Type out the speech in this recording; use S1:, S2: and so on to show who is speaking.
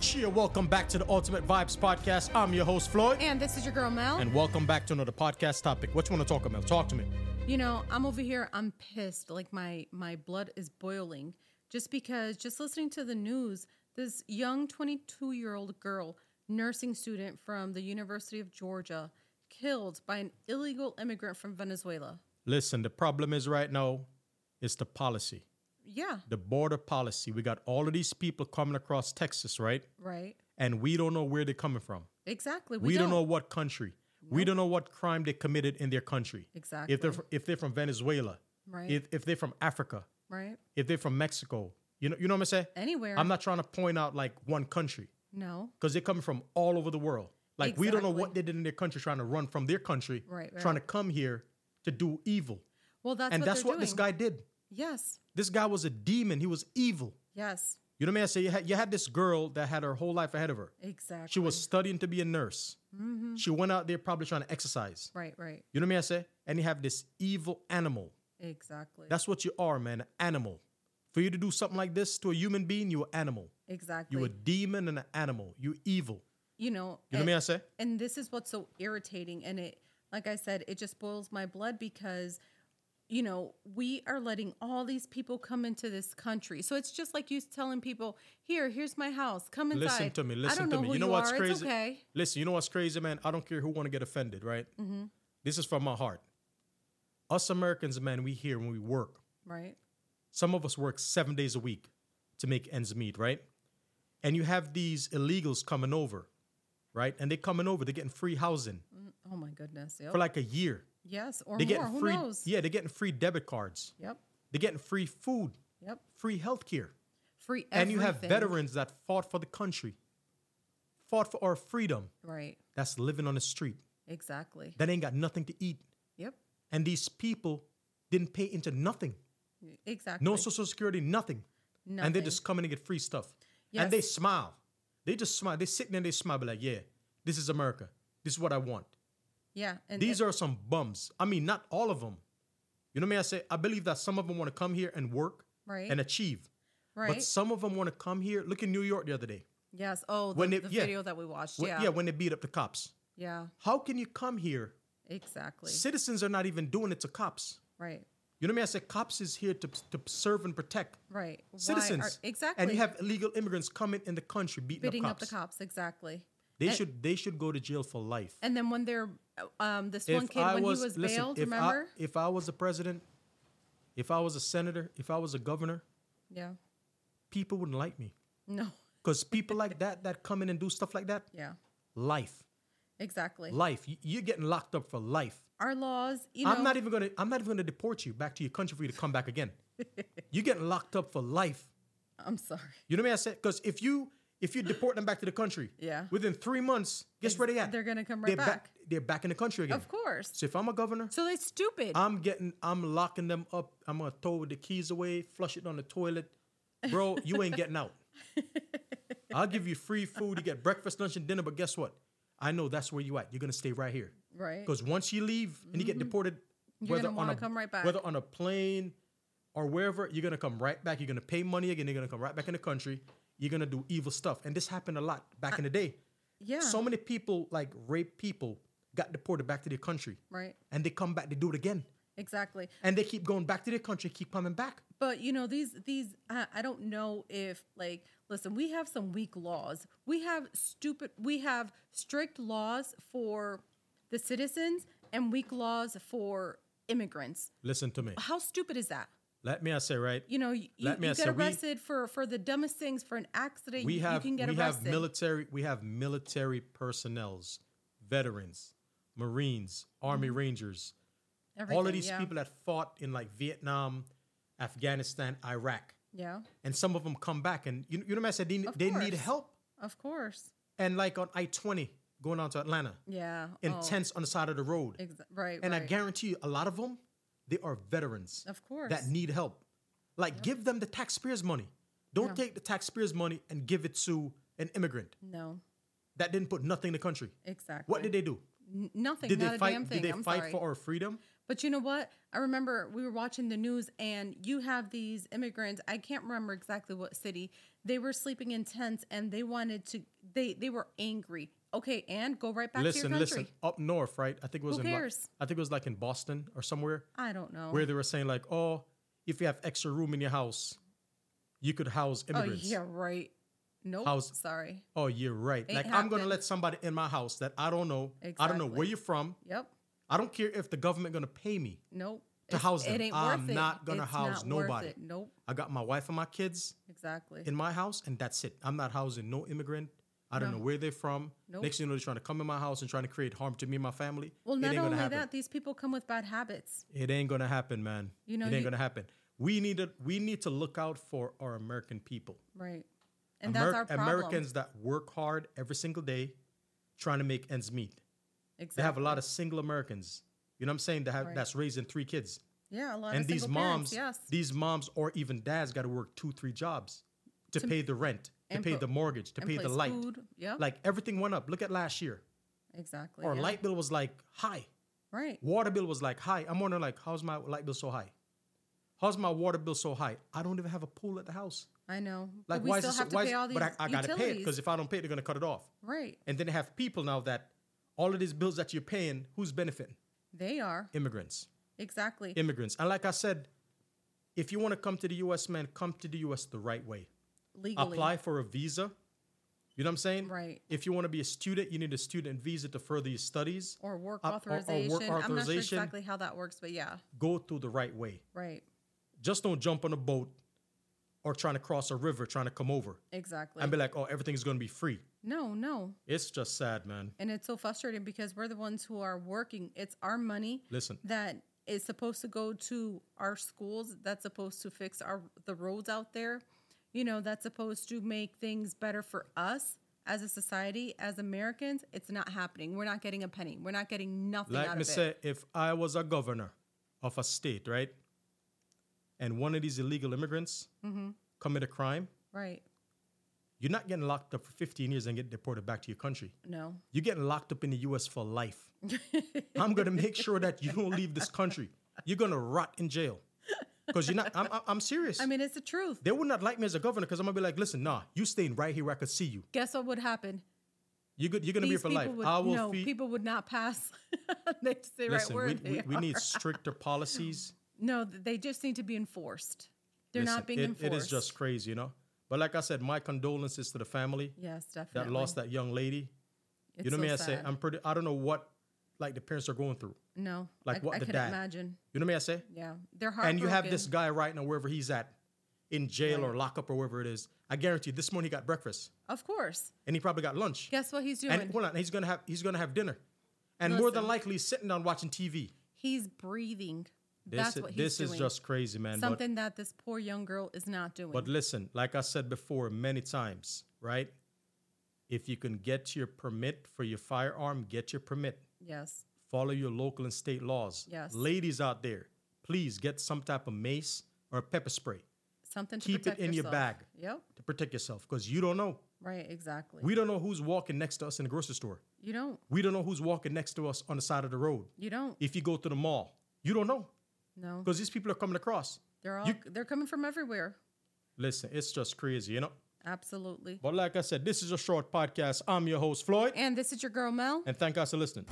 S1: cheer. Welcome back to the Ultimate Vibes Podcast. I'm your host, Floyd.
S2: And this is your girl Mel.
S1: And welcome back to another podcast topic. What you want to talk about? Talk to me.
S2: you know, I'm over here. I'm pissed. Like my my blood is boiling just because just listening to the news, this young 22 year old girl, nursing student from the University of Georgia, killed by an illegal immigrant from Venezuela.
S1: Listen, the problem is right now, it's the policy,
S2: Yeah,
S1: the border policy. We got all of these people coming across Texas, right?
S2: right.
S1: And we don't know where they're coming from.
S2: Exactly.
S1: We, don't. know what country. We don't know what crime they committed in their country.
S2: Exactly.
S1: If they're fr- if they're from Venezuela,
S2: Right.
S1: if if they're from Africa,
S2: right.
S1: if they're from Mexico, you know you know what I'm saying.
S2: Anywhere.
S1: I'm not trying to point out like one country
S2: No.
S1: because they're coming from all over the world. Like we don't know
S2: Exactly.
S1: what they did in their country, trying to run from their country,
S2: Right, right.
S1: trying to come here to do evil,
S2: Well, that's
S1: and
S2: what
S1: that's
S2: they're
S1: what this
S2: doing.
S1: guy did.
S2: Yes.
S1: This guy was a demon. He was evil.
S2: Yes.
S1: You know what I mean? I say you had, you had this girl that had her whole life ahead of her.
S2: Exactly.
S1: She was studying to be a nurse. She went out there probably trying to exercise.
S2: Mm-hmm. Right. Right.
S1: You know what I mean? I say, and you have this evil animal.
S2: Exactly.
S1: That's what you are, man, an animal. For you to do something like this to a human being, you're an animal.
S2: exactly.
S1: You're a demon and an animal. You're evil.
S2: you know.
S1: You know what I
S2: and-
S1: mean? I say,
S2: and this is what's so irritating and it like i said it just boils my blood because you know we are letting all these people come into this country so it's just like you telling people here here's my house come inside
S1: listen to me.
S2: I
S1: Listen
S2: don't
S1: to
S2: know
S1: me.
S2: who
S1: You know what's
S2: are.
S1: crazy?
S2: it's okay
S1: Listen, you know what's crazy, man? I don't care who want to get offended, right?
S2: Mm-hmm.
S1: This is from my heart. Us Americans, man, we here when we work.
S2: right
S1: Some of us work seven days a week to make ends meet, right? And you have these illegals coming over, right? And they coming over, they're getting free housing
S2: oh my goodness yep.
S1: for like a year.
S2: yes or
S1: They're
S2: more
S1: getting
S2: who
S1: free.
S2: knows
S1: Yeah, they're getting free debit cards.
S2: yep
S1: They're getting free food,
S2: yep
S1: free health care.
S2: free everything.
S1: And you have veterans that fought for the country, fought for our freedom,
S2: right
S1: that's living on the street,
S2: exactly
S1: that ain't got nothing to eat.
S2: yep
S1: And these people didn't pay into nothing.
S2: exactly
S1: No social security, nothing. And they're
S2: Nothing.
S1: just coming to get free stuff. And they
S2: Yes.
S1: smile. They just smile. They sit there and they smile, be like, yeah, this is America. This is what I want.
S2: yeah and
S1: These are some bums. I mean, not all of them. You know what I mean? I say, I believe that some of them want to come here and work
S2: Right.
S1: and achieve.
S2: right
S1: But some of them want to come here. Look in New York the other day.
S2: yes oh the,
S1: when they-
S2: the
S1: yeah.
S2: video that we watched
S1: When-
S2: yeah
S1: yeah, when they beat up the cops.
S2: yeah
S1: How can you come here?
S2: exactly
S1: Citizens are not even doing it to cops.
S2: right
S1: You know what I mean? I said cops is here to, to serve and protect
S2: Right. Why are-
S1: citizens.
S2: exactly.
S1: And you have illegal immigrants coming in the country beating
S2: beating
S1: up
S2: up the
S1: cops.
S2: cops. Exactly.
S1: They
S2: And-
S1: should they should go to jail for life.
S2: And then when they're um, this one kid when he was bailed,
S1: if
S2: remember?
S1: I, if I was the president, if I was a senator, if I was a governor,
S2: yeah.
S1: people wouldn't like me
S2: No.
S1: because people like that that come in and do stuff like that,
S2: Yeah.
S1: life,
S2: Exactly.
S1: life. You- You're getting locked up for life.
S2: Our laws, you know.
S1: I'm not even gonna I'm not even gonna deport you back to your country for you to come back again. You're getting locked up for life. e-
S2: I'm sorry.
S1: You know what I mean? I said because if you if you deport them back to the country,
S2: Yeah.
S1: within three months, guess where they at?
S2: they're gonna come right
S1: They're
S2: back.
S1: They're back in the country again.
S2: Of course.
S1: So if I'm a governor,
S2: So they're stupid.
S1: I'm getting, I'm locking them up. I'm gonna throw the keys away, flush it on the toilet, bro. You ain't getting out. I'll give you free food. You get breakfast, lunch, and dinner. But guess what? I know that's where you at. You're gonna stay right here.
S2: right. Mm-hmm.
S1: Because once you leave and you get deported,
S2: You're
S1: whether
S2: gonna
S1: on
S2: wanna
S1: a
S2: come right back.
S1: whether on a plane or wherever, you're gonna come right back. You're gonna pay money again. You're gonna come right back in the country. You're gonna do evil stuff, and this happened a lot back in the day.
S2: Yeah.
S1: So many people, like rape people, got deported back to their country,
S2: right.
S1: and they come back. They do it again,
S2: Exactly.
S1: and they keep going back to their country. Keep coming back.
S2: But you know these these I, I don't know if like listen we have some weak laws we have stupid we have strict laws for the citizens and weak laws for immigrants
S1: Listen to me.
S2: how stupid is that
S1: Let me I say right.
S2: you know you, you
S1: Let me ask
S2: get
S1: you, we-
S2: arrested for for the dumbest things for an accident
S1: We
S2: you,
S1: have
S2: you can get
S1: we
S2: arrested
S1: have military we have military personnel's, veterans, Marines, Army Rangers. all of
S2: Mm-hmm. Everything,
S1: these
S2: yeah.
S1: people that fought in like Vietnam, Afghanistan, Iraq,
S2: yeah
S1: and some of them come back and you, you know what I said? They,
S2: Of
S1: they need
S2: course.
S1: help.
S2: of course
S1: And like on I 20 going out to Atlanta,
S2: yeah
S1: in
S2: oh,
S1: tents on the side of the road.
S2: exa- right
S1: and I
S2: right.
S1: guarantee you, a lot of them, they are veterans
S2: of course
S1: that need help. Like give them the taxpayers' money. Don't take the taxpayers' money and give it to an immigrant
S2: no
S1: that didn't put nothing in the country.
S2: exactly
S1: What did they do?
S2: N- nothing
S1: Did
S2: not
S1: they
S2: a
S1: fight?
S2: damn thing
S1: Did they
S2: I'm
S1: fight
S2: sorry
S1: for our freedom?
S2: But you know what? I remember we were watching the news and you have these immigrants. I can't remember exactly what city. They were sleeping in tents and they wanted to they they were angry. Okay, and go right back to
S1: listen,
S2: your country.
S1: listen. Up north, right? I think it was
S2: Who
S1: in like,
S2: cares?
S1: I think it was like in Boston or somewhere
S2: I don't know.
S1: where they were saying like, oh, if you have extra room in your house, you could house
S2: oh
S1: immigrants.
S2: yeah, right. Nope.
S1: How's-
S2: Sorry.
S1: Oh, you're right.
S2: Ain't
S1: like I'm gonna
S2: happening.
S1: let somebody in my house that I don't know. I don't know where
S2: Exactly.
S1: you're from.
S2: Yep.
S1: I don't care if the government gonna pay me.
S2: Nope.
S1: To
S2: It's-
S1: house them.
S2: It ain't
S1: I'm
S2: worth it.
S1: not gonna
S2: It's
S1: house
S2: not worth
S1: nobody.
S2: it. Nope.
S1: I got my wife and my kids
S2: Exactly.
S1: in my house, and that's it. I'm not housing no immigrant. I don't
S2: No.
S1: know where they're from.
S2: Nope.
S1: Next thing you know, they're trying to come in my house and trying to create harm to me and my family.
S2: well,
S1: it
S2: not
S1: ain't gonna
S2: only
S1: happen.
S2: that, these people come with bad habits.
S1: It ain't gonna happen, man.
S2: You know,
S1: it ain't
S2: you-
S1: gonna happen. We need to we need to look out for our American people.
S2: Right. And
S1: Amer-
S2: that's our problem.
S1: Americans that work hard every single day trying to make ends meet. They
S2: exactly.
S1: have a lot of single Americans. You know what I'm saying? That have,
S2: Right.
S1: that's raising three kids.
S2: yeah, a lot
S1: and
S2: of
S1: these
S2: single
S1: moms,
S2: parents, yes.
S1: these moms or even dads got to work two, three jobs to,
S2: To-
S1: pay the rent, to
S2: and
S1: pay
S2: put-
S1: the mortgage, to
S2: And
S1: pay the
S2: place
S1: light.
S2: Food. Yeah.
S1: Like everything went up. Look at last year.
S2: exactly.
S1: Our
S2: yeah.
S1: light bill was like high.
S2: Right.
S1: Water bill was like high. I'm wondering like, how's my light bill so high? How's my water bill so high? I don't even have a pool at the house.
S2: I know.
S1: Like
S2: but we
S1: why
S2: still
S1: is it? so-
S2: have to
S1: why
S2: pay
S1: is,
S2: all these
S1: but I, I gotta pay it
S2: utilities.
S1: because if I don't pay it, they're gonna cut it off.
S2: right.
S1: And then they have people now that all of these bills that you're paying, who's benefiting?
S2: They are.
S1: Immigrants.
S2: Exactly.
S1: Immigrants. And like I said, if you want to come to the US, man, come to the US the right way.
S2: legally.
S1: Apply for a visa. You know what I'm saying?
S2: Right.
S1: If you want to be a student, you need a student visa to further your studies.
S2: Or work
S1: Up- or- or work
S2: authorization. I'm not sure
S1: authorization.
S2: exactly how that works, but yeah.
S1: Go through the right way.
S2: Right.
S1: Just don't jump on a boat or trying to cross a river trying to come over
S2: Exactly.
S1: and be like, oh, everything's going to be free.
S2: no, no.
S1: It's just sad, man.
S2: And it's so frustrating because we're the ones who are working. It's our money
S1: Listen,
S2: that is supposed to go to our schools that's supposed to fix our the roads out there you know that's supposed to make things better for us as a society as americans it's not happening we're not getting a penny we're not getting nothing out
S1: Like me
S2: of it
S1: say, if I was a governor of a state, right, and one of these illegal immigrants
S2: Mm-hmm.
S1: commit a crime,
S2: right
S1: you're not getting locked up for 15 years and get deported back to your country.
S2: no
S1: You're getting locked up in the U.S. for life. I'm gonna make sure that you don't leave this country. You're gonna rot in jail because you're not. I'm, I'm- I'm serious.
S2: i mean it's the truth
S1: they would not like me as a governor because I'm gonna be like, listen, nah, you staying right here where I could see you.
S2: guess what would happen
S1: You're, good, you're gonna be here
S2: These
S1: for
S2: people
S1: life.
S2: would
S1: I will
S2: no
S1: feed.
S2: people would not pass they say
S1: listen,
S2: right where
S1: we, we,
S2: they
S1: we
S2: are.
S1: need stricter policies.
S2: no th- they just need to be enforced they're
S1: Listen,
S2: not being
S1: it-
S2: enforced
S1: It is just crazy, you know. But like I said, my condolences to the family
S2: yes definitely
S1: that lost that young lady.
S2: It's
S1: you know
S2: so
S1: me, I say
S2: sad.
S1: I'm pretty. I don't know what like the parents are going through.
S2: No,
S1: Like,
S2: I,
S1: what
S2: I
S1: the
S2: couldn't
S1: dad-
S2: imagine.
S1: You know me, I say.
S2: Yeah, they're hard.
S1: And you have this guy right now wherever he's at, in jail or
S2: Right.
S1: lockup or wherever it is. I guarantee you, this morning he got breakfast
S2: Of course.
S1: and he probably got lunch.
S2: Guess what he's doing?
S1: and hold on, he's gonna have he's gonna have dinner, and more than
S2: Listen.
S1: likely he's sitting down watching TV.
S2: he's breathing.
S1: This
S2: That's
S1: is,
S2: what he's
S1: this
S2: doing.
S1: is just crazy, man. But
S2: something that this poor young girl is not doing.
S1: But listen, like I said before many times, right? If you can get your permit for your firearm, get your permit.
S2: yes,
S1: Follow your local and state laws.
S2: Yes.
S1: Ladies out there, please get some type of mace or pepper spray
S2: something to
S1: keep it
S2: protect
S1: in your
S2: yourself.
S1: bag.
S2: Yep.
S1: to protect yourself because you don't know.
S2: Right. Exactly.
S1: We don't know who's walking next to us in the grocery store.
S2: you don't.
S1: We don't know who's walking next to us on the side of the road.
S2: You don't.
S1: If you go to the mall, you don't know
S2: No.
S1: because these people are coming across.
S2: They're all.
S1: you-
S2: they're coming from everywhere.
S1: Listen, it's just crazy, you know?
S2: Absolutely.
S1: But like I said, this is a short podcast. I'm your host, Floyd,
S2: And this is your girl Mel.
S1: and thank us for listening.